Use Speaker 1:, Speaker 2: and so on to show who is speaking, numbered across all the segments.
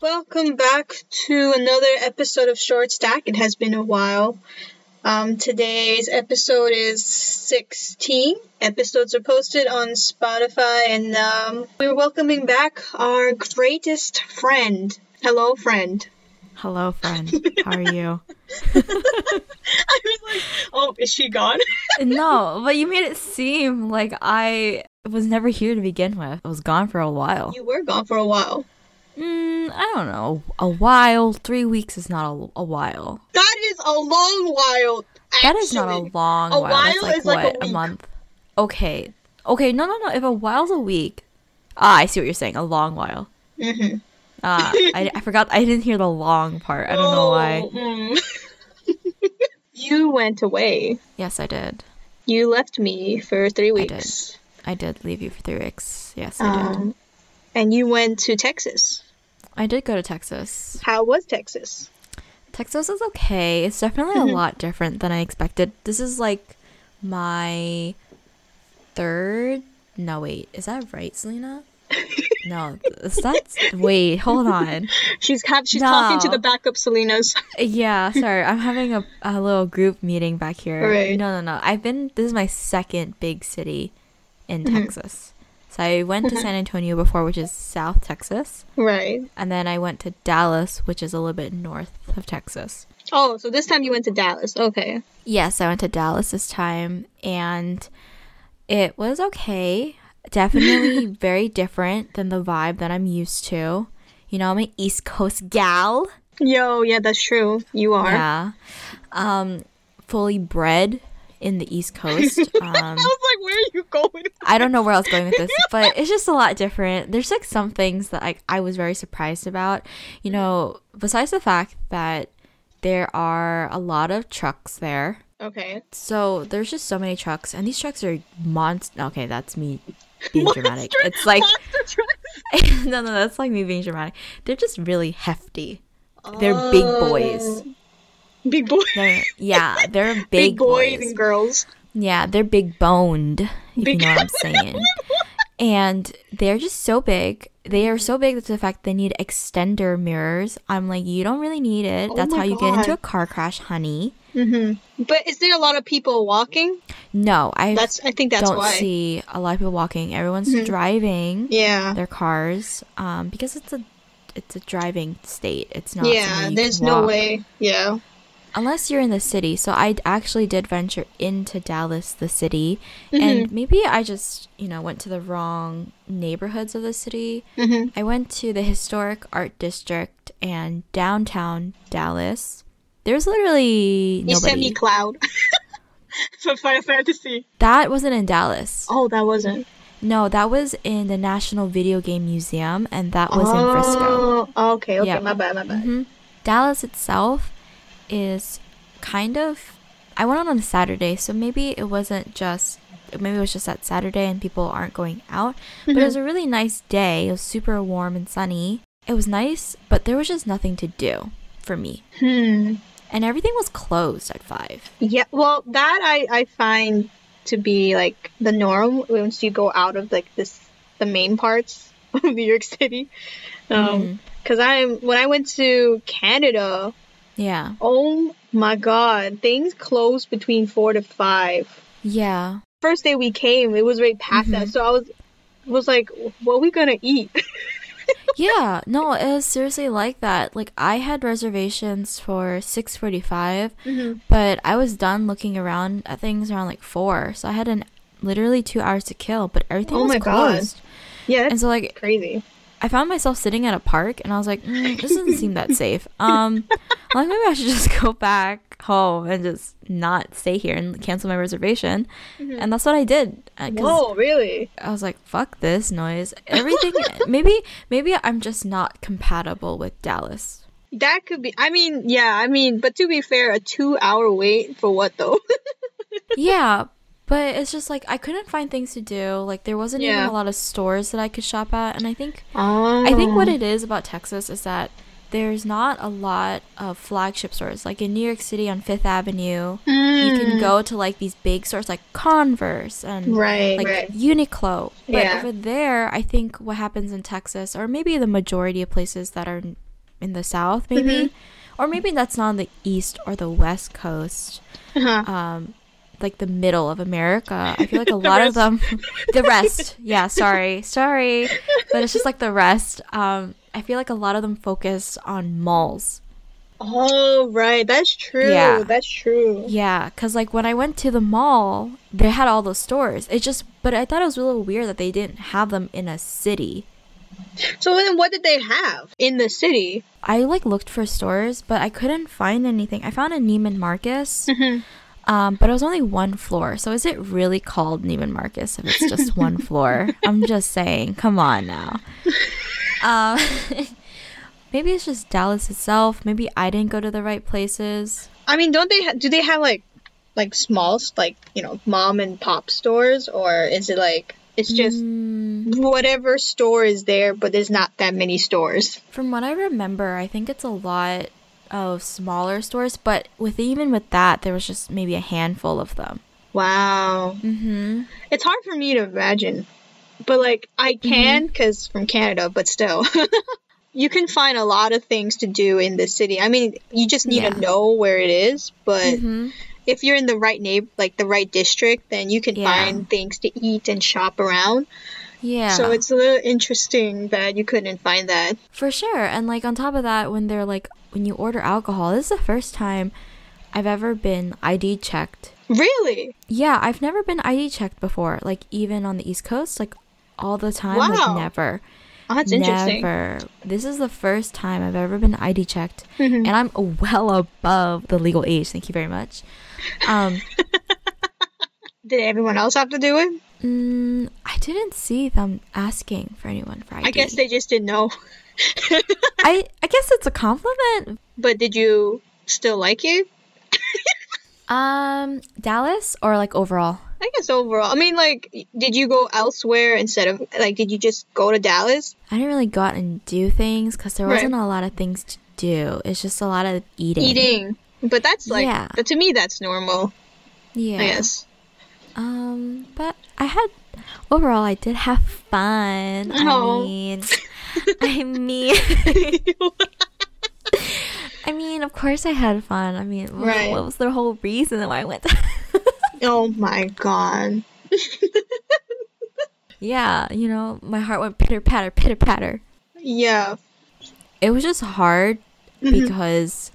Speaker 1: Welcome back to another episode of Short Stack. It has been a while. Um, today's episode is 16. Episodes are posted on Spotify, and um, we're welcoming back our greatest friend. Hello, friend.
Speaker 2: Hello, friend. How are you?
Speaker 1: I was like, oh, is she gone?
Speaker 2: no, but you made it seem like I was never here to begin with. I was gone for a while.
Speaker 1: You were gone for a while.
Speaker 2: Mm, I don't know. A while. Three weeks is not a, a while.
Speaker 1: That is a long while.
Speaker 2: That is not a
Speaker 1: actually.
Speaker 2: long
Speaker 1: A
Speaker 2: while. That's
Speaker 1: while
Speaker 2: like
Speaker 1: is
Speaker 2: what?
Speaker 1: like a
Speaker 2: a,
Speaker 1: week.
Speaker 2: month. Okay. Okay. No, no, no. If a while's a week, ah, I see what you're saying. A long while.
Speaker 1: Mhm.
Speaker 2: Ah, I, I forgot. I didn't hear the long part. I don't know why.
Speaker 1: Oh, mm. you went away.
Speaker 2: Yes, I did.
Speaker 1: You left me for three
Speaker 2: did.
Speaker 1: weeks.
Speaker 2: I did leave you for three weeks. Yes, I did.
Speaker 1: Um, and you went to Texas.
Speaker 2: I did go to Texas.
Speaker 1: How was Texas?
Speaker 2: Texas is okay. It's definitely a lot different than I expected. This is like my third. No, wait. Is that right, Selena? no, is that. Wait, hold on.
Speaker 1: She's have, she's talking to
Speaker 2: No.
Speaker 1: the backup Selenas.
Speaker 2: Yeah, sorry. I'm having a, a little group meeting back here.
Speaker 1: Right.
Speaker 2: No, no, no. I've been. This is my second big city in Texas. So I went to San Antonio before, which is South Texas.
Speaker 1: Right.
Speaker 2: And then I went to Dallas, which is a little bit north of Texas.
Speaker 1: Oh, so this time you went to Dallas. Okay.
Speaker 2: Yes, I went to Dallas this time and it was okay. Definitely very different than the vibe that I'm used to. You know, I'm an East Coast gal.
Speaker 1: Yo, yeah, that's true. You are.
Speaker 2: Yeah. Um fully bred in the East Coast.
Speaker 1: I
Speaker 2: Um
Speaker 1: was like, where are you going?
Speaker 2: I don't know where I was going with this, but it's just a lot different. There's like some things that like I was very surprised about. You know, besides the fact that there are a lot of trucks there.
Speaker 1: Okay.
Speaker 2: So there's just so many trucks, and these trucks are monster. Okay, that's me being dramatic. It's like
Speaker 1: Monster trucks.
Speaker 2: no, no, that's like me being dramatic. They're just really hefty. They're big
Speaker 1: Oh.
Speaker 2: boys.
Speaker 1: Big boys.
Speaker 2: They're yeah, they're big,
Speaker 1: Big boys
Speaker 2: boys.
Speaker 1: and girls.
Speaker 2: Yeah, they're big boned. If
Speaker 1: Big-
Speaker 2: you know what I'm saying. and they're just so big. They are so big that the fact they need extender mirrors. I'm like, you don't really need it.
Speaker 1: Oh
Speaker 2: that's
Speaker 1: my
Speaker 2: how you get into
Speaker 1: God.
Speaker 2: a car crash, honey.
Speaker 1: But is there a lot of people walking?
Speaker 2: No, I
Speaker 1: That's I think that's
Speaker 2: don't
Speaker 1: why. Mm-hmm.
Speaker 2: see a lot of people walking. Everyone's driving.
Speaker 1: yeah.
Speaker 2: their cars um, because it's a it's a driving state. It's not. somewhere
Speaker 1: Yeah,
Speaker 2: you
Speaker 1: there's
Speaker 2: can
Speaker 1: no
Speaker 2: walk.
Speaker 1: way. Yeah.
Speaker 2: unless you're in the city. So I actually did venture into Dallas, the city,
Speaker 1: Mm-hmm.
Speaker 2: and maybe I just you know went to the wrong neighborhoods of the city.
Speaker 1: Mhm.
Speaker 2: I went to the historic art district and downtown Dallas. There's literally
Speaker 1: You sent
Speaker 2: nobody.
Speaker 1: me Cloud. For Final Fantasy.
Speaker 2: that wasn't in Dallas.
Speaker 1: Oh, that wasn't.
Speaker 2: No, that was in the National Video Game Museum, and that was in Frisco.
Speaker 1: Oh, okay, okay,
Speaker 2: Yeah.
Speaker 1: my bad, my bad.
Speaker 2: Mhm. Dallas itself is kind of. I went out on a Saturday, so maybe it wasn't just. Maybe it was just that Saturday and people aren't going out. But it was a really nice day. It was super warm and sunny. It was nice, but there was just nothing to do for me. Mm-hmm.
Speaker 1: Hmm.
Speaker 2: And everything was closed at 5.
Speaker 1: Yeah, well, that I, I find to be like the norm once you go out of like this the main parts of New York City.
Speaker 2: Mm-hmm.
Speaker 1: Um, because I'm when I went to Canada,
Speaker 2: Yeah.
Speaker 1: oh my God, things closed between four to five.
Speaker 2: Yeah.
Speaker 1: First day we came, it was right past
Speaker 2: Mm-hmm.
Speaker 1: that, so I was was like, what are we gonna eat?
Speaker 2: Yeah. No, it was seriously like that. Like, I had reservations for 645.
Speaker 1: mm-hmm.
Speaker 2: But I was done looking around at things around like four, so I had an literally two hours to kill. But everything
Speaker 1: Oh
Speaker 2: was
Speaker 1: my God.
Speaker 2: closed,
Speaker 1: Yeah,
Speaker 2: and
Speaker 1: that's
Speaker 2: so like
Speaker 1: crazy.
Speaker 2: I found myself sitting at a park, and I was like, mm, this doesn't seem that safe. Um, I'm like maybe I should just go back home and just not stay here and cancel my reservation, and that's what I did. uh, 'cause
Speaker 1: Mm-hmm. Whoa, Oh, really?
Speaker 2: I was like, fuck this noise. Everything. maybe maybe I'm just not compatible with Dallas.
Speaker 1: That could be. I mean, yeah. I mean, but to be fair, a two-hour wait for what though?
Speaker 2: yeah but it's just like i couldn't find things to do like there wasn't
Speaker 1: Yeah.
Speaker 2: even a lot of stores that i could shop at and i think
Speaker 1: Oh.
Speaker 2: i think what it is about texas is that there's not a lot of flagship stores like in new york city on fifth avenue you
Speaker 1: Mm.
Speaker 2: can go to like these big stores like converse and
Speaker 1: right,
Speaker 2: like
Speaker 1: right.
Speaker 2: Uniqlo. But
Speaker 1: Yeah.
Speaker 2: over there, I think what happens in Texas, or maybe the majority of places that are in the south
Speaker 1: Mm-hmm.
Speaker 2: maybe or maybe that's not on the east or the west coast
Speaker 1: Uh-huh.
Speaker 2: um like the middle of america i feel like a lot of them the rest yeah sorry sorry but it's just like the rest um i feel like a lot of them focus on malls
Speaker 1: Oh, right. That's true.
Speaker 2: Yeah.
Speaker 1: That's true.
Speaker 2: yeah because like when i went to the mall they had all those stores it just but i thought it was a little weird that they didn't have them in a city
Speaker 1: So then what did they have in the city?
Speaker 2: I like looked for stores, but I couldn't find anything. I found a Neiman Marcus,
Speaker 1: Mm-hmm.
Speaker 2: um, but it was only one floor. So is it really called Neiman Marcus if it's just one floor? I'm just saying. Come on now. Um, maybe it's just Dallas itself. Maybe I didn't go to the right places.
Speaker 1: I mean, don't they ha- do they have like like small like, you know, mom and pop stores or is it like it's just
Speaker 2: Hmm. Mm.
Speaker 1: whatever store is there but there's not that many stores.
Speaker 2: From what I remember, I think it's a lot of smaller stores, but with even with that, there was just maybe a handful of them.
Speaker 1: Wow.
Speaker 2: Mm-hmm.
Speaker 1: It's hard for me to imagine. But like I
Speaker 2: Mm-hmm.
Speaker 1: can cuz from Canada, but still. you can find a lot of things to do in the city. I mean, you just need
Speaker 2: Yeah.
Speaker 1: to know where it is, but
Speaker 2: hmm
Speaker 1: if you're in the right neighbor, like the right district, then you can
Speaker 2: Yeah.
Speaker 1: find things to eat and shop around.
Speaker 2: Yeah.
Speaker 1: So it's a little interesting that you couldn't find that.
Speaker 2: For sure. And like on top of that, when they're like when you order alcohol, this is the first time I've ever been ID checked.
Speaker 1: Really?
Speaker 2: Yeah, I've never been ID checked before. Like even on the East Coast, like all the time,
Speaker 1: Wow.
Speaker 2: like never.
Speaker 1: Oh, that's interesting.
Speaker 2: Never. This is the first time I've ever been ID checked,
Speaker 1: Mm-hmm.
Speaker 2: and I'm well above the legal age. Thank you very much. Um,
Speaker 1: Did everyone else have to do it?
Speaker 2: mm, I didn't see them asking for anyone for ID.
Speaker 1: I guess they just didn't know.
Speaker 2: I, I guess it's a compliment,
Speaker 1: But did you still like it?
Speaker 2: Um, Dallas or like overall?
Speaker 1: I guess overall. I mean, like, did you go elsewhere instead of like? Did you just go to Dallas?
Speaker 2: I didn't really go out and do things because there
Speaker 1: Right.
Speaker 2: wasn't a lot of things to do. It's just a lot of eating.
Speaker 1: Eating. But that's like,
Speaker 2: Yeah.
Speaker 1: but to me, that's normal.
Speaker 2: Yeah.
Speaker 1: I guess.
Speaker 2: Um, but I had overall, I did have fun.
Speaker 1: Oh.
Speaker 2: I mean, I mean, I mean, of course I had fun. I mean, wh-
Speaker 1: Right.
Speaker 2: what was the whole reason why I went? To-
Speaker 1: Oh my god.
Speaker 2: yeah, you know, my heart went pitter patter, pitter patter.
Speaker 1: Yeah. Mm-hmm.
Speaker 2: it was just hard because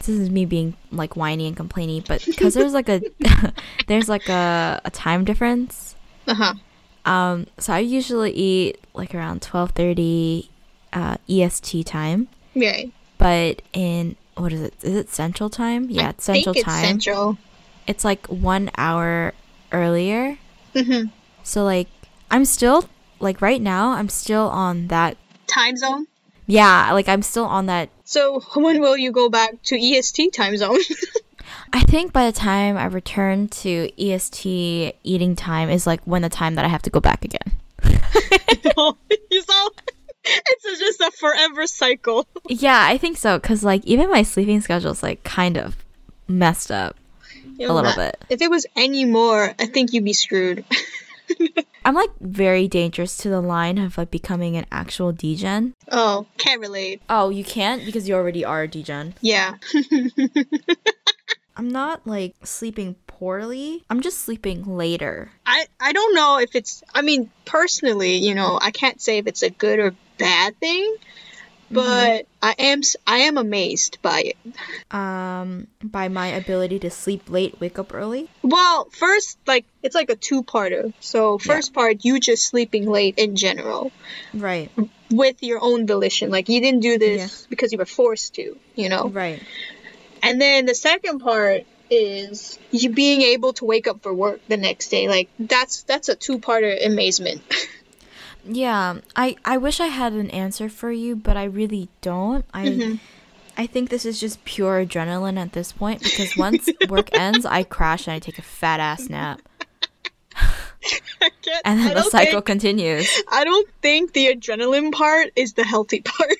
Speaker 2: this is me being like whiny and complaining but because there's like a there's like a, a time difference
Speaker 1: Uh huh.
Speaker 2: um so i usually eat like around 12.30 uh est time
Speaker 1: Yeah.
Speaker 2: but in what is it is it central time yeah it's central
Speaker 1: think it's
Speaker 2: time
Speaker 1: Central.
Speaker 2: it's like one hour earlier
Speaker 1: hmm
Speaker 2: so like i'm still like right now i'm still on that
Speaker 1: Time zone.
Speaker 2: yeah like i'm still on that
Speaker 1: So when will you go back to EST time zone?
Speaker 2: I think by the time I return to EST eating time is like when the time that I have to go back again.
Speaker 1: you saw, it's just a forever cycle.
Speaker 2: Yeah, I think so cuz like even my sleeping schedule is like kind of messed up a little bit.
Speaker 1: If it was any more, I think you'd be screwed.
Speaker 2: I'm like very dangerous to the line of like becoming an actual degen.
Speaker 1: oh, can't relate.
Speaker 2: Oh, you can't because you already are a degen.
Speaker 1: Yeah.
Speaker 2: I'm not like sleeping poorly. I'm just sleeping later.
Speaker 1: I, I don't know if it's, I mean, personally, you know, I can't say if it's a good or bad thing,
Speaker 2: Mm-hmm.
Speaker 1: but I am, s- I am amazed by it.
Speaker 2: Um by my ability to sleep late, wake up early.
Speaker 1: Well, first, like, it's like a two-parter. So first part, you just sleeping late in general.
Speaker 2: Right.
Speaker 1: with your own volition. Like you didn't do this because you were forced to, you know?
Speaker 2: Right.
Speaker 1: And then the second part is you being able to wake up for work the next day. Like that's that's a two parter amazement.
Speaker 2: Yeah, I, I wish I had an answer for you, but I really don't. I
Speaker 1: Mm-hmm.
Speaker 2: I think this is just pure adrenaline at this point because once work ends, I crash and I take a fat ass nap,
Speaker 1: I can't,
Speaker 2: and then
Speaker 1: I
Speaker 2: the
Speaker 1: don't
Speaker 2: cycle
Speaker 1: Think,
Speaker 2: continues.
Speaker 1: I don't think the adrenaline part is the healthy part.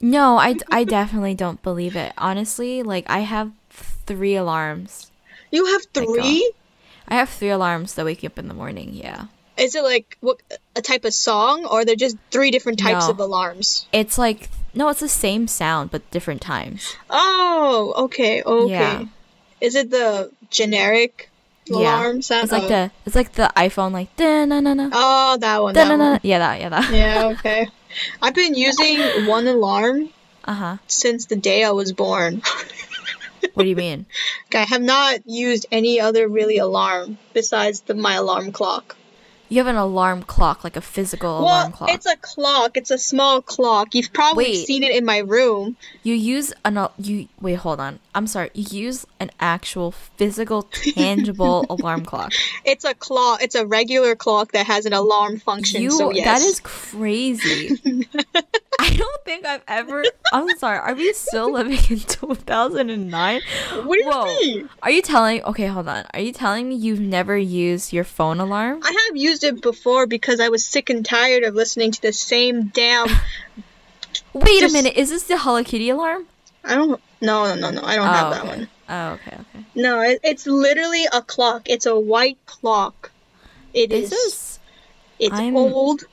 Speaker 2: No, I, I definitely don't believe it. Honestly, like I have three alarms.
Speaker 1: you have three?
Speaker 2: I have three alarms that wake you up in the morning. Yeah,
Speaker 1: Is it like what a type of song or they're just three different types
Speaker 2: No.
Speaker 1: of alarms?
Speaker 2: it's like No, it's the same sound but different times.
Speaker 1: Oh, okay, okay.
Speaker 2: Yeah.
Speaker 1: Is it the generic alarm sound?
Speaker 2: It's like
Speaker 1: oh.
Speaker 2: the it's like the iPhone like da na na na
Speaker 1: Oh, that one.
Speaker 2: da
Speaker 1: That
Speaker 2: na
Speaker 1: one.
Speaker 2: na. Yeah, that yeah that.
Speaker 1: Yeah, okay. I've been using one alarm
Speaker 2: Uh huh.
Speaker 1: since the day I was born.
Speaker 2: What do you mean?
Speaker 1: I have not used any other really alarm besides the my alarm clock.
Speaker 2: You have an alarm clock, like a physical
Speaker 1: well,
Speaker 2: alarm clock.
Speaker 1: it's a clock. It's a small clock. You've probably
Speaker 2: Wait.
Speaker 1: seen it in my room.
Speaker 2: you use an al- you wait, hold on. I'm sorry. You use an actual physical, tangible alarm clock.
Speaker 1: It's a clock. It's a regular clock that has an alarm function.
Speaker 2: You
Speaker 1: so yes.
Speaker 2: that is crazy. I don't think I've ever. I'm sorry. Are we still living in 2009?
Speaker 1: What do you
Speaker 2: Whoa.
Speaker 1: mean?
Speaker 2: Are you telling? Okay, hold on. Are you telling me you've never used your phone alarm?
Speaker 1: I have used it before because I was sick and tired of listening to the same damn.
Speaker 2: Wait
Speaker 1: just-
Speaker 2: a minute. Is this the Hello Kitty alarm?
Speaker 1: I don't. No, no, no, no. I don't have that
Speaker 2: okay.
Speaker 1: one.
Speaker 2: Oh, okay, okay.
Speaker 1: No, it, it's literally a clock. It's a white clock. It
Speaker 2: This
Speaker 1: is.
Speaker 2: is
Speaker 1: It's
Speaker 2: I'm-
Speaker 1: old.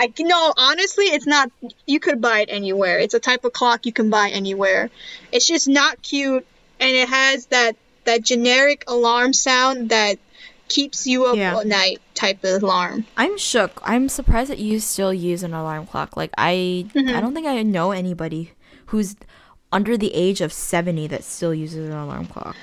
Speaker 1: I c- no, honestly, it's not. You could buy it anywhere. It's a type of clock you can buy anywhere. It's just not cute, and it has that that generic alarm sound that keeps you up
Speaker 2: Yeah.
Speaker 1: all night type of alarm.
Speaker 2: I'm shook. I'm surprised that you still use an alarm clock. Like I
Speaker 1: Mm-hmm.
Speaker 2: I don't think I know anybody who's under the age of 70 that still uses an alarm clock.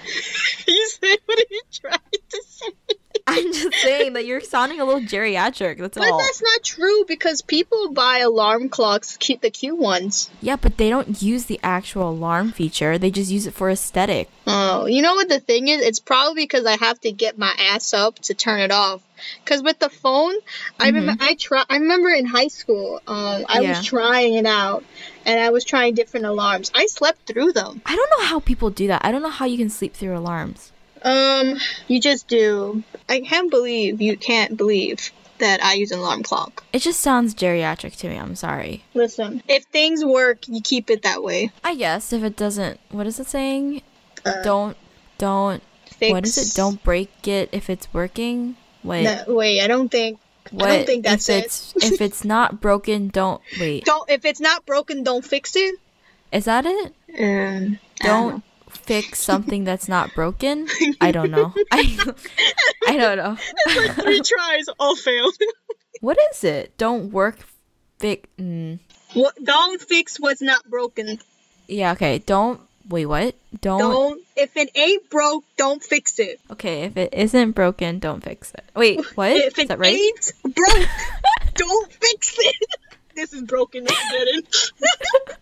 Speaker 1: you said what are you trying to say?
Speaker 2: I'm just saying that you're sounding a little geriatric. That's
Speaker 1: But
Speaker 2: all.
Speaker 1: that's not true because people buy alarm clocks, cute the cute ones.
Speaker 2: Yeah, but they don't use the actual alarm feature. They just use it for aesthetic.
Speaker 1: Oh, you know what the thing is? It's probably because I have to get my ass up to turn it off. Cause with the phone, I remember I try. I remember in high school, um, I
Speaker 2: Mm-hmm. Yeah.
Speaker 1: was trying it out, and I was trying different alarms. I slept through them.
Speaker 2: I don't know how people do that. I don't know how you can sleep through alarms.
Speaker 1: Um, you just do. I can't believe you can't believe that I use an alarm clock.
Speaker 2: It just sounds geriatric to me. I'm sorry.
Speaker 1: Listen, if things work, you keep it that way.
Speaker 2: I guess if it doesn't, what is it saying?
Speaker 1: Uh,
Speaker 2: don't don't
Speaker 1: Fix.
Speaker 2: what is it? Don't break it if it's working. Wait,
Speaker 1: No, wait, I don't think.
Speaker 2: what?
Speaker 1: I don't think that's
Speaker 2: if
Speaker 1: it.
Speaker 2: it's if it's not broken, don't wait.
Speaker 1: Don't if it's not broken, don't fix it.
Speaker 2: Is that it?
Speaker 1: Um, I
Speaker 2: Don't
Speaker 1: know.
Speaker 2: fix something that's not broken. I don't know. I I don't know.
Speaker 1: Three tries, all failed.
Speaker 2: What is it? Don't work. Fix. Mm.
Speaker 1: What, don't fix what's not broken.
Speaker 2: Yeah. Okay. Don't wait. What? Don't.
Speaker 1: Don't. If it ain't broke, don't fix it.
Speaker 2: Okay. If it isn't broken, don't fix it. Wait. What?
Speaker 1: If
Speaker 2: Is
Speaker 1: it
Speaker 2: that right?
Speaker 1: ain't broke, don't fix it. This is broken. It's good.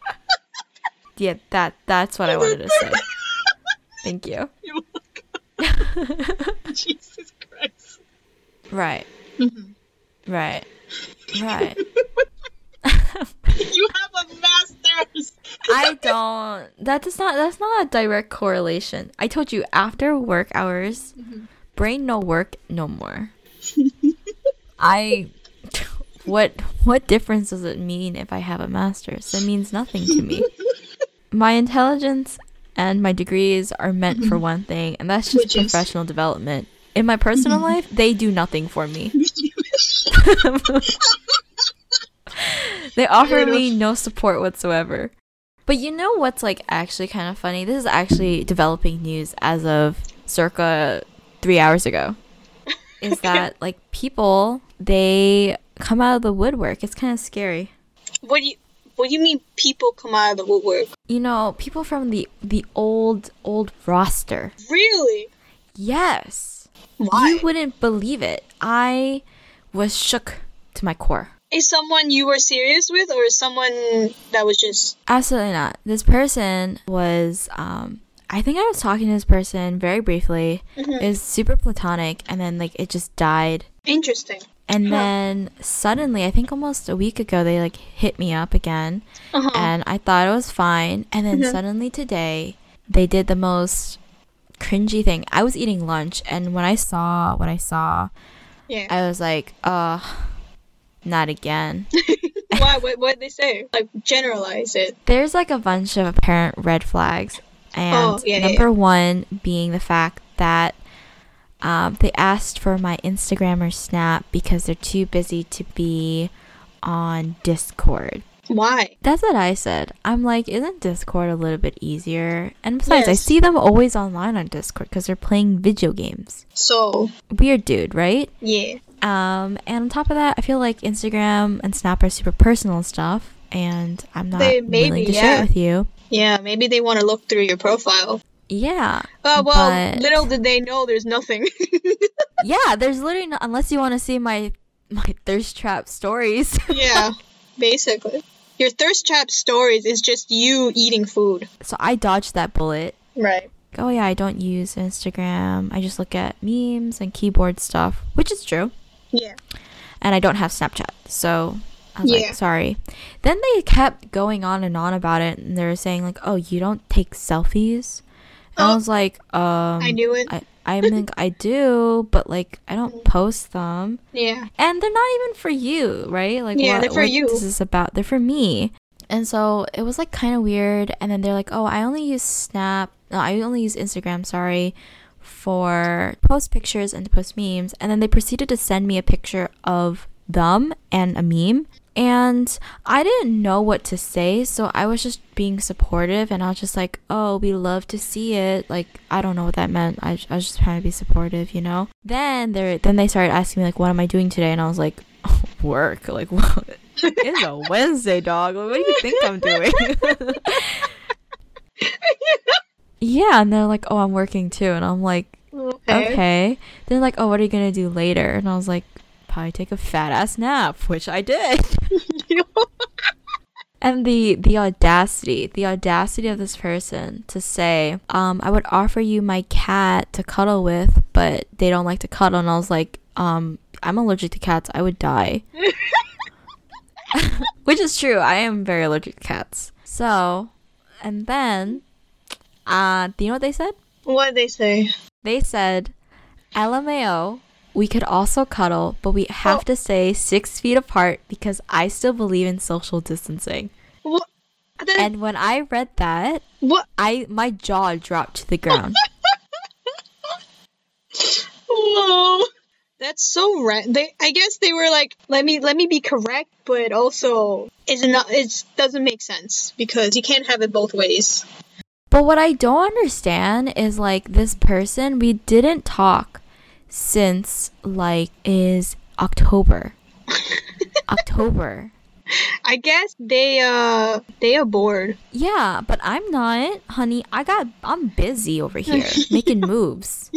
Speaker 2: Yeah. That. That's what I wanted to say. Thank you.
Speaker 1: You're welcome. Jesus Christ.
Speaker 2: Right. Right. Right.
Speaker 1: You have a master's.
Speaker 2: I don't. That does not. That's not a direct correlation. I told you after work hours,
Speaker 1: Mm-hmm.
Speaker 2: brain no work no more. I. What what difference does it mean if I have a master's? It means nothing to me. My intelligence and my degrees are meant for one thing, and that's just
Speaker 1: Mm-hmm. Which is- Mm-hmm.
Speaker 2: professional development. In my personal life, they do nothing for me. They offer me no support whatsoever. But you know what's like actually kind of funny? This is actually developing news as of circa three hours ago. Is that like people they come out of the woodwork? It's kind of scary.
Speaker 1: What do you? What do you mean? People come out of the woodwork?
Speaker 2: You know, people from the the old old roster.
Speaker 1: Really?
Speaker 2: Yes,
Speaker 1: Why?
Speaker 2: you wouldn't believe it. I was shook to my core.
Speaker 1: Is someone you were serious with, or is someone that was just?
Speaker 2: Absolutely not. This person was, um, I think I was talking to this person very briefly. It was super platonic, and then like it just died.
Speaker 1: Interesting.
Speaker 2: And then suddenly, I think almost a week ago, they like hit me up again,
Speaker 1: Uh-huh.
Speaker 2: and I thought it was fine. And then suddenly today, they did the most cringy thing. I was eating lunch, and when I saw what I saw,
Speaker 1: Yeah.
Speaker 2: I was like, uh, not again.
Speaker 1: Why? What? What they say? Like generalize it.
Speaker 2: there's like a bunch of apparent red flags and
Speaker 1: Oh, yeah, yeah,
Speaker 2: number one being the fact that um, they asked for my instagram or snap because they're too busy to be on discord
Speaker 1: Why?
Speaker 2: That's what I said. I'm like, isn't Discord a little bit easier? And besides, I
Speaker 1: Yes.
Speaker 2: see them always online on Discord because they're playing video games.
Speaker 1: So,
Speaker 2: Weird dude, right?
Speaker 1: yeah.
Speaker 2: Um, and on top of that, I feel like Instagram and Snap are super personal stuff, and I'm not
Speaker 1: They- maybe,
Speaker 2: willing to share it
Speaker 1: yeah.
Speaker 2: with you.
Speaker 1: Yeah, maybe they want to look through your profile.
Speaker 2: Yeah.
Speaker 1: Oh, well,
Speaker 2: but-
Speaker 1: little did they know there's nothing.
Speaker 2: yeah, there's literally no, unless you want to see my my thirst trap stories.
Speaker 1: yeah, basically. Your thirst trap stories is just you eating food.
Speaker 2: so I dodged that bullet.
Speaker 1: Right.
Speaker 2: Oh yeah, I don't use Instagram. I just look at memes and keyboard stuff, which is true.
Speaker 1: Yeah.
Speaker 2: and I don't have Snapchat. So I was
Speaker 1: Yeah.
Speaker 2: like, sorry. Then they kept going on and on about it, and they were saying like, oh, you don't take selfies. And I
Speaker 1: Oh.
Speaker 2: was like, um,
Speaker 1: I knew it.
Speaker 2: I, I think I do, but like I don't post them,
Speaker 1: Yeah.
Speaker 2: and they're not even for you, right? Like,
Speaker 1: Yeah,
Speaker 2: what,
Speaker 1: they're for
Speaker 2: what
Speaker 1: you.
Speaker 2: This is about they're for me. And so it was like kind of weird. And then they're like, oh, I only use Snap. No, I only use Instagram. Sorry, for post pictures and to post memes. And then they proceeded to send me a picture of them and a meme. And I didn't know what to say, so I was just being supportive. And I was just like, oh, we love to see it. Like I don't know what that meant. I, I was just trying to be supportive, you know. Then they then they started asking me like, what am I doing today? And I was like, work. Like what? it's a Wednesday, dog. Like, what do you think I'm doing? yeah, and they're like, oh, I'm working too, and I'm like, okay. They're like, oh, what are you gonna do later? And I was like, probably take a fat ass nap, which I did. And the the audacity, the audacity of this person to say, um, I would offer you my cat to cuddle with, but they don't like to cuddle. And I was like, um, I'm allergic to cats. I would die. Which is true. I am very allergic to cats. So, and then, uh, do you know what they said?
Speaker 1: What'd they say?
Speaker 2: They said, LMAO, we could also cuddle, but we have to stay six feet apart because I still believe in social distancing.
Speaker 1: What? That-
Speaker 2: And when I read that,
Speaker 1: what?
Speaker 2: I my jaw dropped to the ground.
Speaker 1: Whoa. That's so ra- they I guess they were like let me let me be correct but also it's not it doesn't make sense because you can't have it both ways.
Speaker 2: but what I don't understand is like this person, we didn't talk since like is October. October.
Speaker 1: I guess they uh they are bored.
Speaker 2: Yeah, but I'm not, honey. I got I'm busy over here making moves.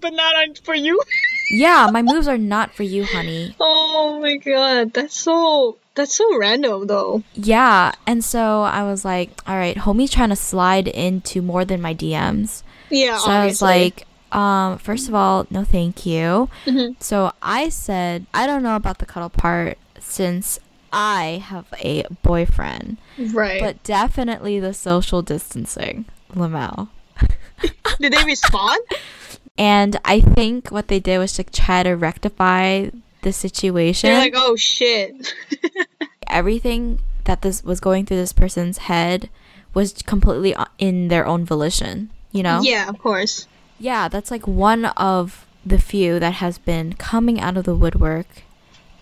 Speaker 1: But not on for you.
Speaker 2: Yeah, my moves are not for you, honey.
Speaker 1: Oh my god, that's so that's so random though.
Speaker 2: Yeah, and so I was like, all right, homie's trying to slide into more than my DMs.
Speaker 1: Yeah,
Speaker 2: So I was
Speaker 1: Uh, obviously.
Speaker 2: like, um, first of all, no thank you.
Speaker 1: Mhm.
Speaker 2: So I said, I don't know about the cuddle part since I have a boyfriend,
Speaker 1: right.
Speaker 2: but definitely the social distancing, Lamel.
Speaker 1: Did they respond?
Speaker 2: And I think what they did was to try to rectify the situation.
Speaker 1: They're like, "Oh shit."
Speaker 2: everything that this was going through this person's head was completely o- in their own volition you know
Speaker 1: Yeah, of course.
Speaker 2: Yeah, that's like one of the few that has been coming out of the woodwork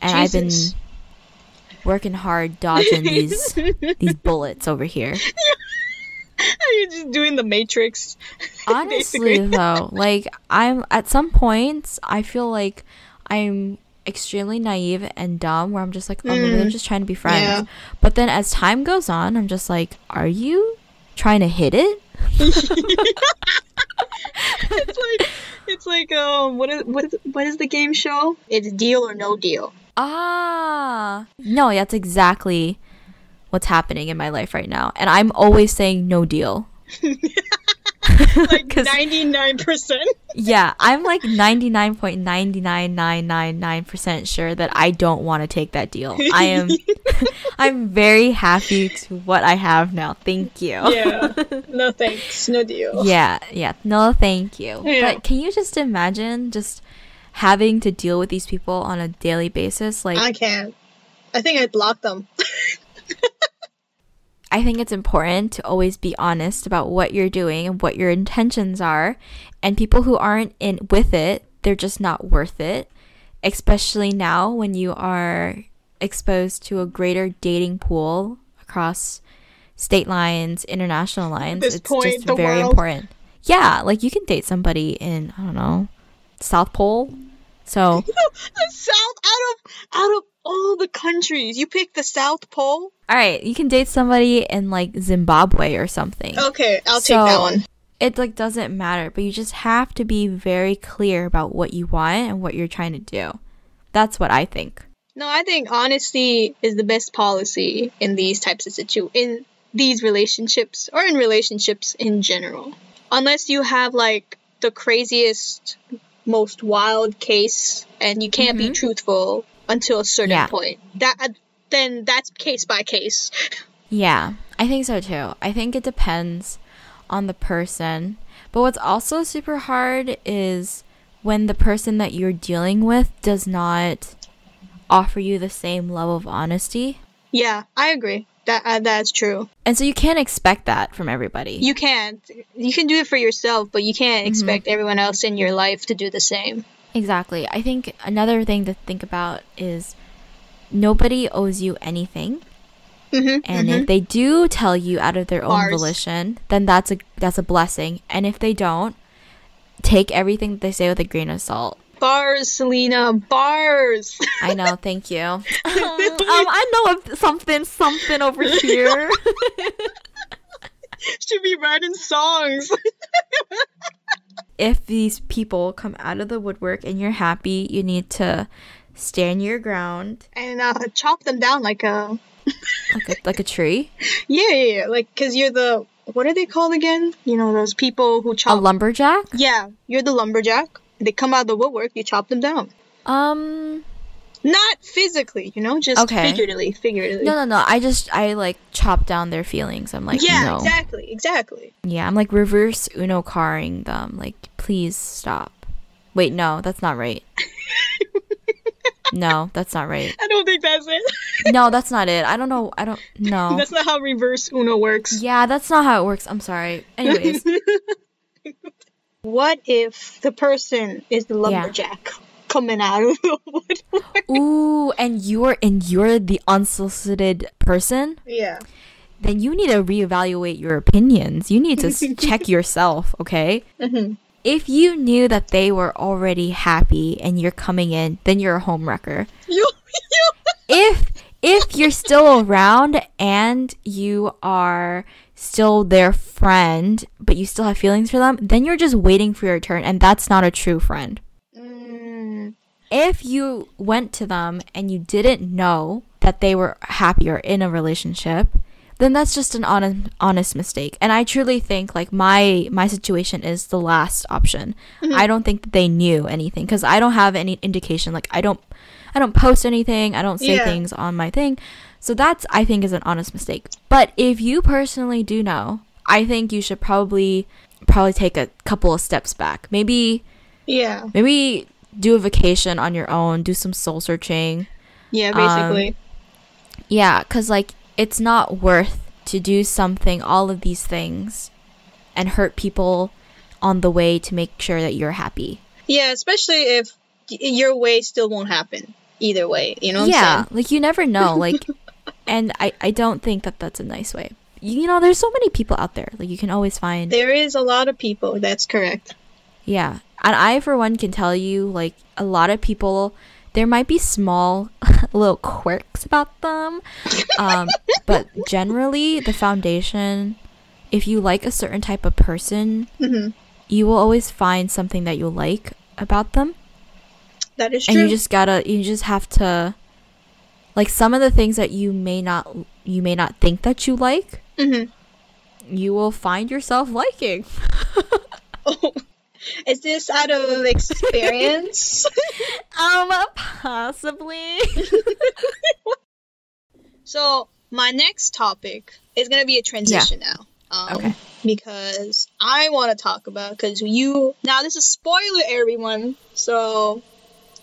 Speaker 2: and
Speaker 1: Jesus.
Speaker 2: i've been working hard dodging these these bullets over here
Speaker 1: You're just doing the matrix.
Speaker 2: honestly though like i'm at some points i feel like i'm extremely naive and dumb where i'm just like oh maybe they're just trying to be friends
Speaker 1: Yeah.
Speaker 2: but then as time goes on i'm just like are you trying to hit it
Speaker 1: it's like it's like um what is what is what is the game show? It's deal or no deal.
Speaker 2: ah no that's exactly what's happening in my life right now and i'm always saying no deal
Speaker 1: Like
Speaker 2: 'Cause-
Speaker 1: ninety nine percent.
Speaker 2: yeah i'm like 99.99999% sure that i don't want to take that deal i am i'm very happy to what i have now thank you
Speaker 1: Yeah. No thanks. No deal.
Speaker 2: yeah yeah no thank you
Speaker 1: Yeah.
Speaker 2: but can you just imagine just having to deal with these people on a daily basis like
Speaker 1: I can't. I think I blocked them.
Speaker 2: I think it's important to always be honest about what you're doing and what your intentions are. And people who aren't in with it, they're just not worth it. Especially now when you are exposed to a greater dating pool across state lines, international lines.
Speaker 1: this
Speaker 2: it's
Speaker 1: point,
Speaker 2: just
Speaker 1: the
Speaker 2: very
Speaker 1: world.
Speaker 2: important. Yeah, like you can date somebody in I don't know South Pole. So
Speaker 1: the South out of out of all the countries, you pick the South Pole.
Speaker 2: all right, you can date somebody in like Zimbabwe or something.
Speaker 1: Okay, I'll
Speaker 2: So-
Speaker 1: take that one.
Speaker 2: it like doesn't matter but you just have to be very clear about what you want and what you're trying to do that's what i think
Speaker 1: No, I think honesty is the best policy in these types of situ in these relationships or in relationships in general. Unless you have like the craziest, most wild case, and you can't be truthful until a certain
Speaker 2: Mm-hmm. Yeah.
Speaker 1: point. That uh, then that's case by case.
Speaker 2: yeah i think so too i think it depends on the person but what's also super hard is when the person that you're dealing with does not offer you the same level of honesty
Speaker 1: Yeah, I agree. That uh, that's true.
Speaker 2: and so you can't expect that from everybody
Speaker 1: You can't. You can do it for yourself, but you
Speaker 2: Mm-hmm.
Speaker 1: can't expect everyone else in your life to do the same.
Speaker 2: Exactly. I think another thing to think about is nobody owes you anything.
Speaker 1: Mhm,
Speaker 2: and if they do tell you out of their own
Speaker 1: Bars.
Speaker 2: volition, then that's a that's a blessing. And if they don't, take everything that they say with a grain of salt.
Speaker 1: Bars, Selena, bars.
Speaker 2: I know. thank you. Um, I know of something something over here.
Speaker 1: should be writing songs.
Speaker 2: if these people come out of the woodwork and you're happy, you need to stand your ground
Speaker 1: and uh, chop them down like a
Speaker 2: like a, like a tree.
Speaker 1: yeah, yeah, yeah. like because you're the what are they called again? You know those people who
Speaker 2: A
Speaker 1: chop.
Speaker 2: lumberjack?
Speaker 1: yeah, you're the lumberjack. They come out of the woodwork. You chop them down.
Speaker 2: Um
Speaker 1: Not physically, you know, just
Speaker 2: Okay.
Speaker 1: figuratively, figuratively.
Speaker 2: No, no, no. I just I like chop down their feelings. I'm like,
Speaker 1: yeah,
Speaker 2: no.
Speaker 1: exactly, exactly.
Speaker 2: Yeah, I'm like reverse Uno carring them. Like, please stop. Wait, no, that's not right. no, that's not right.
Speaker 1: I don't think that's it.
Speaker 2: No, that's not it. I don't know. I don't no.
Speaker 1: That's not how reverse Uno works.
Speaker 2: yeah, that's not how it works. I'm sorry. Anyways,
Speaker 1: What if the person is the lumberjack coming out of the woodwork?
Speaker 2: ooh, and you're and you're the unsolicited person,
Speaker 1: Yeah.
Speaker 2: then you need to reevaluate your opinions. You need to s- check yourself, okay?
Speaker 1: Mhm.
Speaker 2: If you knew that they were already happy and you're coming in, then you're a homewrecker.
Speaker 1: You, you.
Speaker 2: If if you're still around and you are still their friend, but you still have feelings for them, then you're just waiting for your turn and that's not a true friend.
Speaker 1: Mm,
Speaker 2: If you went to them and you didn't know that they were happy or in a relationship, then that's just an honest, honest mistake. And I truly think like my my situation is the last option. I don't think that they knew anything cuz I don't have any indication like I don't I don't post anything, I don't say
Speaker 1: Yeah.
Speaker 2: things on my thing. So that's I think is an honest mistake. But if you personally do know, I think you should probably probably take a couple of steps back. Maybe
Speaker 1: yeah.
Speaker 2: maybe do a vacation on your own do some soul searching
Speaker 1: Yeah, basically.
Speaker 2: Um, yeah because like it's not worth to do something all of these things and hurt people on the way to make sure that you're happy
Speaker 1: Yeah, especially if y- your way still won't happen either way. You know what
Speaker 2: yeah
Speaker 1: I'm
Speaker 2: like you never know like and I, I don't think that that's a nice way you, you know there's so many people out there like you can always find
Speaker 1: saying? There is a lot of people. That's correct.
Speaker 2: Yeah. And I, for one, can tell you, like, a lot of people, there might be small little quirks about them. Um, but generally, the foundation, if you like a certain type of person,
Speaker 1: Mm-hmm.
Speaker 2: you will always find something that you like about them.
Speaker 1: That is
Speaker 2: And
Speaker 1: true.
Speaker 2: you just gotta, you just have to, like, some of the things that you may not, you may not think that you like,
Speaker 1: Mhm.
Speaker 2: you will find yourself liking.
Speaker 1: Oh, Is this out of experience?
Speaker 2: Um, possibly.
Speaker 1: so my next topic is gonna be a transition now. Um,
Speaker 2: Okay.
Speaker 1: Because I want to talk about because you now this is spoiler everyone. So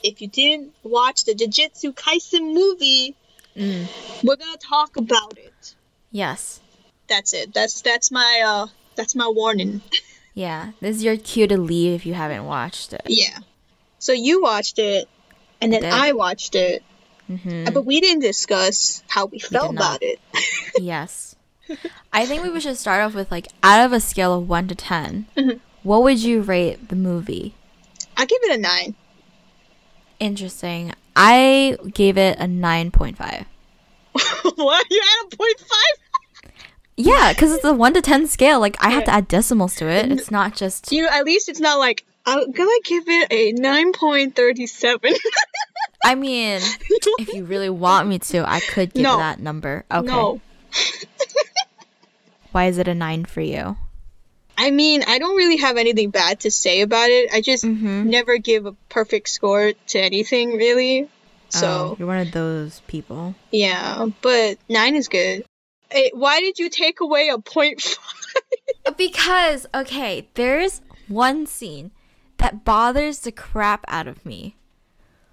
Speaker 1: if you didn't watch the Jujutsu Kaisen movie,
Speaker 2: Mm.
Speaker 1: we're gonna talk about it.
Speaker 2: Yes.
Speaker 1: That's it. That's that's my uh that's my warning.
Speaker 2: Yeah, this is your cue to leave if you haven't watched it.
Speaker 1: Yeah. So you watched it, and then
Speaker 2: did.
Speaker 1: I watched it,
Speaker 2: Mm-hmm.
Speaker 1: But we didn't discuss how we felt
Speaker 2: did
Speaker 1: about
Speaker 2: not.
Speaker 1: it.
Speaker 2: Yes. I think we should start off with like out of a scale of one to 10
Speaker 1: Mm-hmm.
Speaker 2: what would you rate the movie?
Speaker 1: I give it a nine.
Speaker 2: Interesting. I gave it a nine point five.
Speaker 1: what? You're at a point five?
Speaker 2: Yeah, because it's a one to ten scale. Like I have to add decimals to it. It's not just
Speaker 1: You know, at least it's not like I'm gonna give it a nine point thirty seven.
Speaker 2: I mean, if you really want me to, I could give
Speaker 1: No.
Speaker 2: that number. Okay.
Speaker 1: No.
Speaker 2: Why is it a nine for you?
Speaker 1: I mean, I don't really have anything bad to say about it. I just
Speaker 2: Mm-hmm.
Speaker 1: never give a perfect score to anything really.
Speaker 2: Oh,
Speaker 1: So
Speaker 2: you're one of those people.
Speaker 1: yeah, but nine is good. Eh, why did you take away a point five?
Speaker 2: Because, okay, there's one scene that bothers the crap out of me.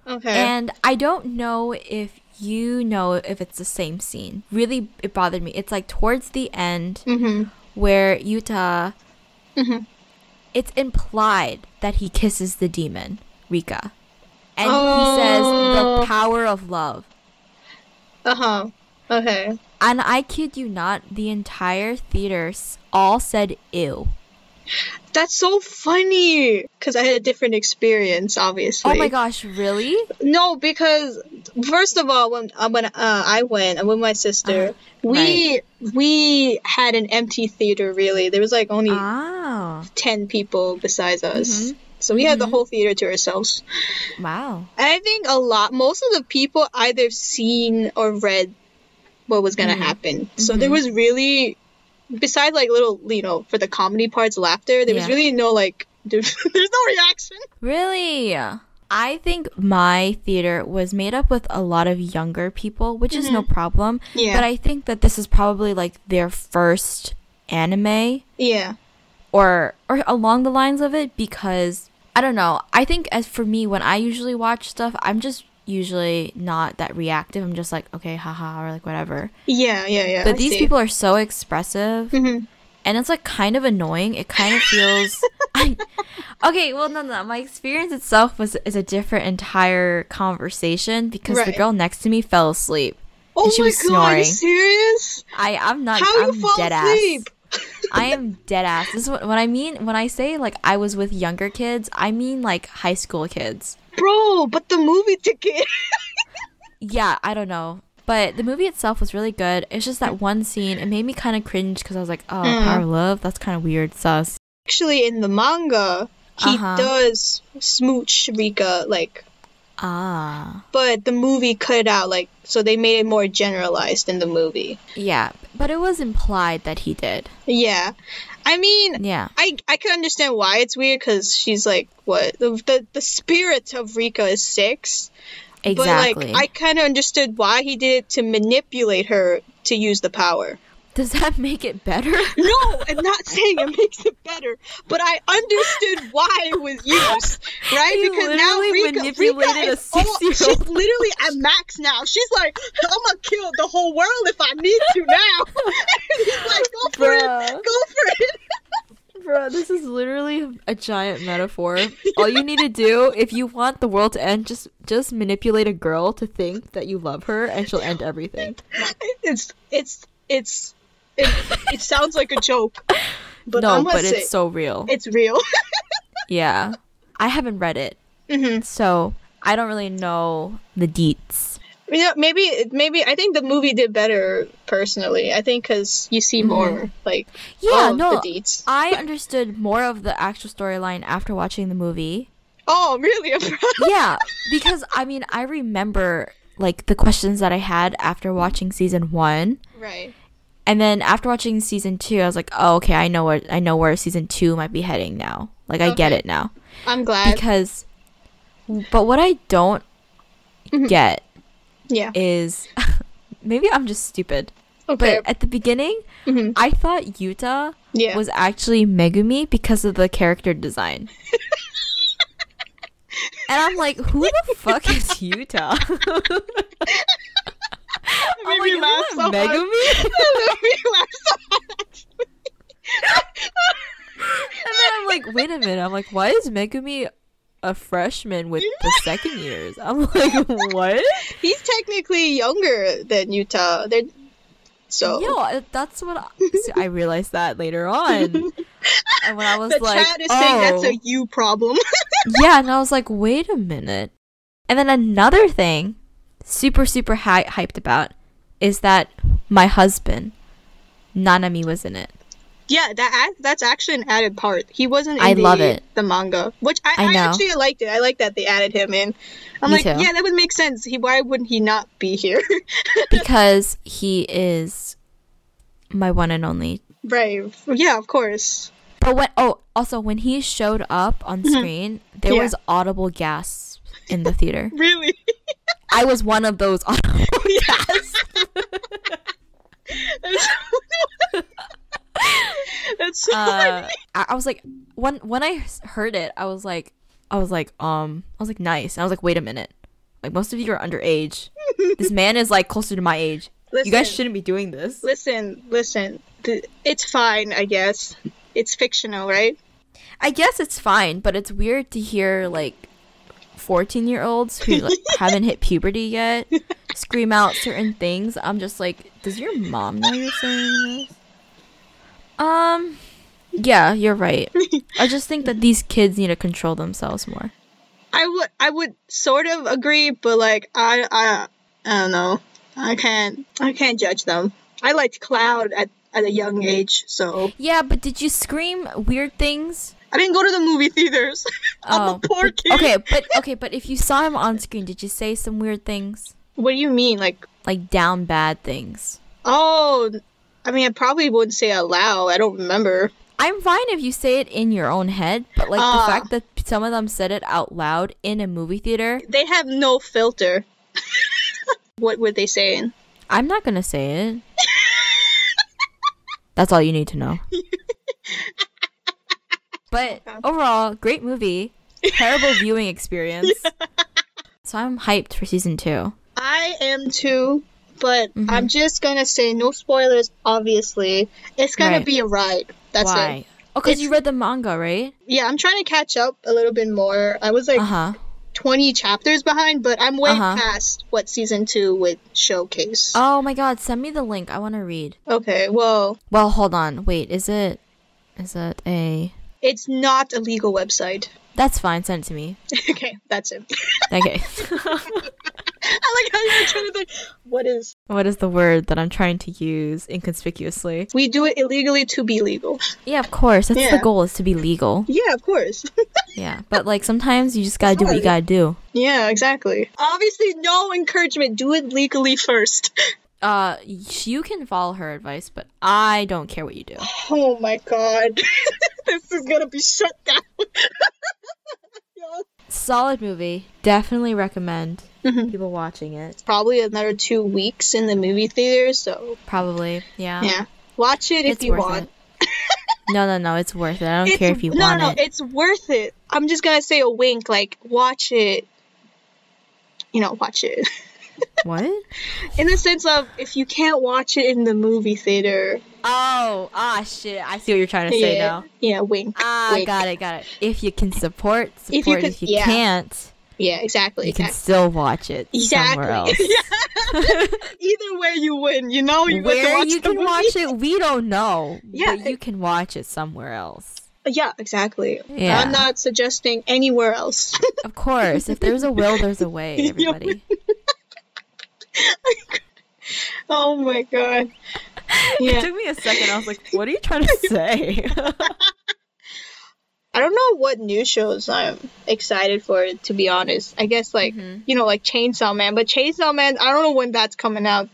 Speaker 1: Okay.
Speaker 2: And I don't know if you know if it's the same scene. Really, it bothered me. It's like towards the end
Speaker 1: Mm-hmm,
Speaker 2: where Utah, it's implied that he kisses the demon, Rika. And he says,
Speaker 1: Oh.
Speaker 2: the power of love.
Speaker 1: uh huh. Okay.
Speaker 2: And I kid you not, the entire theater s- all said ew.
Speaker 1: That's so funny because I had a different experience, obviously.
Speaker 2: Oh my gosh, really?
Speaker 1: No, because first of all, when uh, when uh, I went uh, with my
Speaker 2: Uh-huh.
Speaker 1: sister, we we had an empty theater. Really, there was like only
Speaker 2: Oh,
Speaker 1: ten people besides us,
Speaker 2: Mm-hmm.
Speaker 1: so we had the whole theater to ourselves.
Speaker 2: wow.
Speaker 1: And I think a lot, most of the people either seen or read what was
Speaker 2: Mm-hmm.
Speaker 1: gonna happen. So there was really, besides like little, you know, for the comedy parts, laughter. There was
Speaker 2: Yeah.
Speaker 1: really no like, there's no reaction.
Speaker 2: Really? I think my theater was made up with a lot of younger people, which is no problem.
Speaker 1: Yeah.
Speaker 2: But I think that this is probably like their first anime
Speaker 1: Yeah.
Speaker 2: or or along the lines of it because I don't know. I think as for me when I usually watch stuff, I'm just usually not that reactive. I'm just like, okay, haha or like whatever.
Speaker 1: Yeah, yeah, yeah. I
Speaker 2: But these
Speaker 1: see. Mm-hmm.
Speaker 2: people are so expressive. And it's like kind of annoying. It kind of feels. I, okay, well, no, no. My experience itself was is a different entire conversation because the
Speaker 1: Right.
Speaker 2: girl next to me fell asleep.
Speaker 1: Oh
Speaker 2: and she
Speaker 1: my
Speaker 2: was
Speaker 1: god, are you
Speaker 2: snoring.
Speaker 1: serious?
Speaker 2: I I'm not.
Speaker 1: How
Speaker 2: I'm
Speaker 1: you fall
Speaker 2: dead
Speaker 1: asleep?
Speaker 2: ass. I am dead ass. This is what, what I mean when I say like I was with younger kids. I mean like high school kids.
Speaker 1: Bro, but the movie ticket.
Speaker 2: Yeah, I don't know. But the movie itself was really good. It's just
Speaker 1: Mm.
Speaker 2: that one scene. It made me kind of cringe because I was like, oh, power of love. That's kind of weird, sus.
Speaker 1: Actually, in the manga, he
Speaker 2: Uh-huh.
Speaker 1: does smooch Rika, like,
Speaker 2: Ah.
Speaker 1: but the movie cut it out, like, so they made it more generalized in the movie.
Speaker 2: Yeah, but it was implied that he did.
Speaker 1: Yeah. I mean,
Speaker 2: Yeah.
Speaker 1: I, I could understand why it's weird because she's like, what? The, the, the spirit of Rika is six.
Speaker 2: Exactly.
Speaker 1: But, like, I kind of understood why he did it to manipulate her to use the power.
Speaker 2: Does that make it better?
Speaker 1: No, I'm not saying it makes it better, but I understood why it was used, right?
Speaker 2: You
Speaker 1: because now
Speaker 2: literally
Speaker 1: Rika,
Speaker 2: manipulated
Speaker 1: Rika
Speaker 2: a
Speaker 1: is all, she's
Speaker 2: six-year-old.
Speaker 1: literally at max now. She's like, I'm gonna kill the whole world if I need to now. He's like, go for
Speaker 2: Bruh.
Speaker 1: it, go for it.
Speaker 2: Bro, this is literally a giant metaphor. All you need to do if you want the world to end just just manipulate a girl to think that you love her and she'll end everything.
Speaker 1: It's it's it's it, it sounds like a joke, but
Speaker 2: no,
Speaker 1: I must
Speaker 2: but
Speaker 1: say,
Speaker 2: it's so real.
Speaker 1: it's real.
Speaker 2: yeah. I haven't read it. Mm-hmm. So, I don't really know the deets.
Speaker 1: you know, maybe maybe I think the movie did better personally. I think because you see more like
Speaker 2: Yeah,
Speaker 1: all of
Speaker 2: no.
Speaker 1: the deeds.
Speaker 2: I understood more of the actual storyline after watching the movie.
Speaker 1: Oh, really? I'm proud.
Speaker 2: yeah, because I mean, I remember like the questions that I had after watching season one,
Speaker 1: Right.
Speaker 2: and then after watching season two, I was like, oh, okay, I know what I know where season two might be heading now. Like, I get
Speaker 1: Okay.
Speaker 2: it now
Speaker 1: I'm glad.
Speaker 2: because. But what I don't get
Speaker 1: yeah.
Speaker 2: is maybe I'm just stupid.
Speaker 1: Okay. Mm-hmm.
Speaker 2: But at the beginning, I thought Utah
Speaker 1: Yeah.
Speaker 2: was actually Megumi because of the character design. and I'm like, who the fuck is Utah?
Speaker 1: That
Speaker 2: I'm
Speaker 1: made
Speaker 2: like,
Speaker 1: me laugh
Speaker 2: isn't
Speaker 1: so
Speaker 2: that
Speaker 1: hard.
Speaker 2: Megumi?
Speaker 1: That made me laugh so hard.
Speaker 2: and then I'm like, wait a minute. I'm like, why is Megumi a freshman with the second years. I'm like, what?
Speaker 1: He's technically younger than Utah. They're so
Speaker 2: Yo, uh, that's what I, see, I realized that later on. And when I was
Speaker 1: the
Speaker 2: like,
Speaker 1: chat is saying
Speaker 2: oh,
Speaker 1: that's a you problem.
Speaker 2: yeah, and I was like, wait a minute. And then another thing, super super hy- hyped about, is that my husband, Nanami, was in it.
Speaker 1: yeah, that act- that's actually an added part. He wasn't. In
Speaker 2: I
Speaker 1: the,
Speaker 2: love it.
Speaker 1: The manga, which I,
Speaker 2: I
Speaker 1: I,
Speaker 2: know.
Speaker 1: actually liked it. I like that they added him in. I'm
Speaker 2: Me
Speaker 1: like,
Speaker 2: too.
Speaker 1: yeah, that would make sense. He why wouldn't he not be here?
Speaker 2: because he is my one and only.
Speaker 1: right. Yeah, of course.
Speaker 2: But when oh, also when he showed up on screen, there
Speaker 1: Yeah.
Speaker 2: was audible gasps in the theater.
Speaker 1: Really.
Speaker 2: I was one of those audible gasps.
Speaker 1: that's so
Speaker 2: Uh, I, I was like, when when I s- heard it, I was like, I was like, um, I was like, nice. And I was like, wait a minute, like most of you are underage. this man is like closer to my age. you guys
Speaker 1: Listen.
Speaker 2: shouldn't be doing this.
Speaker 1: Listen, listen. Th- It's fine, I guess. It's fictional, right?
Speaker 2: I guess it's fine, but it's weird to hear like 14 year olds who like, haven't hit puberty yet scream out certain things. I'm just like, does your mom know you're saying this? Um, yeah, you're right. I just think that these kids need to control themselves more.
Speaker 1: I would, I would sort of agree, but like, I, I, I don't know. I can't, I can't judge them. I liked Cloud at at a young age, so
Speaker 2: Yeah, but did you scream weird things? Oh,
Speaker 1: I didn't go to the movie theaters. I'm a poor
Speaker 2: but-
Speaker 1: kid.
Speaker 2: Okay, but okay, but if you saw him on screen, did you say some weird things?
Speaker 1: What do you mean, like?
Speaker 2: Like down bad things?
Speaker 1: Oh, I mean, I probably wouldn't say aloud. I don't remember.
Speaker 2: I'm fine if you say it in your own head, but like
Speaker 1: Ah.
Speaker 2: the fact that some of them said it out loud in a movie theater,
Speaker 1: They have no filter. what were they saying?
Speaker 2: I'm not gonna say it. That's all you need to know. but overall, great movie, terrible viewing experience. So I'm hyped for season two.
Speaker 1: I am too, but
Speaker 2: Mm-hmm.
Speaker 1: I'm just gonna say no spoilers. Obviously, it's gonna
Speaker 2: Right.
Speaker 1: be a ride. That's
Speaker 2: Why?
Speaker 1: it.
Speaker 2: Oh, because
Speaker 1: It's-
Speaker 2: you read the manga, right?
Speaker 1: Yeah, I'm trying to catch up a little bit more. I was like
Speaker 2: Uh huh.
Speaker 1: 20 chapters behind, but I'm way
Speaker 2: Uh-huh.
Speaker 1: past what season two would showcase.
Speaker 2: Oh my god, send me the link. I want to read.
Speaker 1: okay, well,
Speaker 2: Well, hold on. Wait, is it? Is it a?
Speaker 1: it's not a legal website.
Speaker 2: That's fine. Send it to me.
Speaker 1: okay, that's it.
Speaker 2: Okay.
Speaker 1: I like how you're trying to think. What is?
Speaker 2: What is the word that I'm trying to use inconspicuously?
Speaker 1: We do it illegally to be legal.
Speaker 2: Yeah, of course. That's
Speaker 1: Yeah.
Speaker 2: the goal is to be legal.
Speaker 1: Yeah, of course.
Speaker 2: Yeah, but like sometimes you just gotta do what you gotta do.
Speaker 1: yeah, exactly. Obviously, no encouragement. Do it legally first.
Speaker 2: Uh, you can follow her advice, but I don't care what you do.
Speaker 1: Oh my god. this is gonna be shut down.
Speaker 2: Solid movie. Definitely recommend
Speaker 1: Mm-hmm.
Speaker 2: people watching it.
Speaker 1: Probably another two weeks in the movie theater, so
Speaker 2: Probably. Yeah.
Speaker 1: yeah. Watch it if
Speaker 2: It's
Speaker 1: you
Speaker 2: worth
Speaker 1: want.
Speaker 2: it. No, no, no. It's worth it. I don't
Speaker 1: It's-
Speaker 2: care if you
Speaker 1: no,
Speaker 2: want
Speaker 1: no,
Speaker 2: it.
Speaker 1: it's worth it. I'm just gonna say a wink, like watch it. You know, watch it.
Speaker 2: What?
Speaker 1: In the sense of if you can't watch it in the movie theater,
Speaker 2: Oh, ah, shit. I see what you're trying to say
Speaker 1: yeah,
Speaker 2: now.
Speaker 1: yeah, wink.
Speaker 2: Ah,
Speaker 1: wink.
Speaker 2: got it, got it. If you can support,
Speaker 1: you
Speaker 2: support. If you,
Speaker 1: can- yeah.
Speaker 2: can't,
Speaker 1: Yeah, exactly.
Speaker 2: you can
Speaker 1: exactly.
Speaker 2: still watch it somewhere else.
Speaker 1: Exactly. Either way, you win. You know, you get to
Speaker 2: Where
Speaker 1: watch
Speaker 2: you
Speaker 1: the
Speaker 2: can
Speaker 1: movie.
Speaker 2: watch it, we don't know.
Speaker 1: Yeah,
Speaker 2: but you can watch it somewhere else.
Speaker 1: Yeah, exactly.
Speaker 2: Yeah.
Speaker 1: I'm not suggesting anywhere else.
Speaker 2: Of course, if there's a will, there's a way. Everybody.
Speaker 1: oh my god.
Speaker 2: It
Speaker 1: Yeah.
Speaker 2: took me a second. I was like, "What are you trying to say?"
Speaker 1: I don't know what new shows I'm excited for to be honest. I guess like
Speaker 2: Mm-hmm.
Speaker 1: you know, like Chainsaw Man, but Chainsaw Man, I don't know when that's coming out.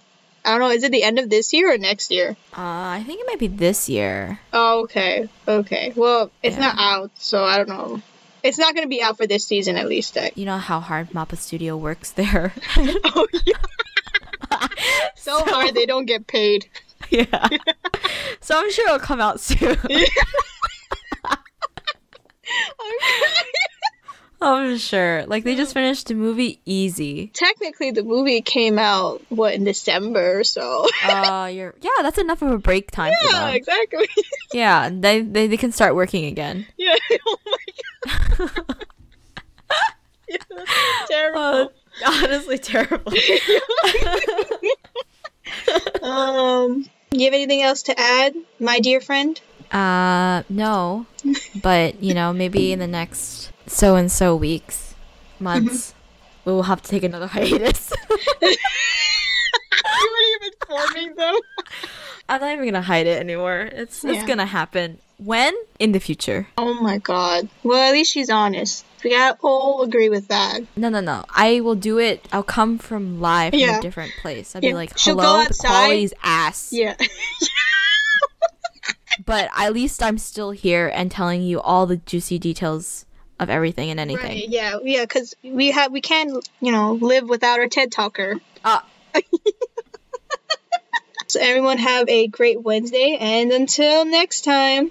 Speaker 1: I don't know, is it the end of this year or next year?
Speaker 2: uh, I think it might be this year.
Speaker 1: Oh, okay. Okay. Well, it's
Speaker 2: Yeah.
Speaker 1: not out, so I don't know. It's not going to be out for this season at least. eh. I-
Speaker 2: You know how hard Mappa Studio works there.
Speaker 1: oh yeah. so hard they don't get paid.
Speaker 2: yeah. so I'm sure it'll come out soon. I'm Oh, sure. Like they just finished the movie Easy.
Speaker 1: Technically the movie came out what in December, so
Speaker 2: Uh, you're yeah. That's enough of a break time for
Speaker 1: Yeah,
Speaker 2: them.
Speaker 1: exactly.
Speaker 2: Yeah, they, they they can start working again.
Speaker 1: Oh Yeah. Oh my terrible.
Speaker 2: Uh, honestly, terrible.
Speaker 1: um, you have anything else to add, my dear friend?
Speaker 2: uh, no, but you know, maybe in the next so and so weeks, months, we will have to take another hiatus.
Speaker 1: you weren't even forming them.
Speaker 2: I'm not even gonna hide it anymore. It's it's
Speaker 1: Yeah.
Speaker 2: gonna happen. When in the future?
Speaker 1: Oh my god. Well, at least she's honest. We got all agree with that.
Speaker 2: No, no, no. I will do it. I'll come from live from
Speaker 1: Yeah.
Speaker 2: a different place. I'll
Speaker 1: Yeah.
Speaker 2: be like,
Speaker 1: She'll go
Speaker 2: hello,
Speaker 1: outside."
Speaker 2: Polly's ass.
Speaker 1: Yeah.
Speaker 2: But at least I'm still here and telling you all the juicy details of everything and anything.
Speaker 1: Right. Yeah. Yeah. Because we have we can't you know live without our TED talker.
Speaker 2: Uh,
Speaker 1: So everyone have a great Wednesday, and until next time.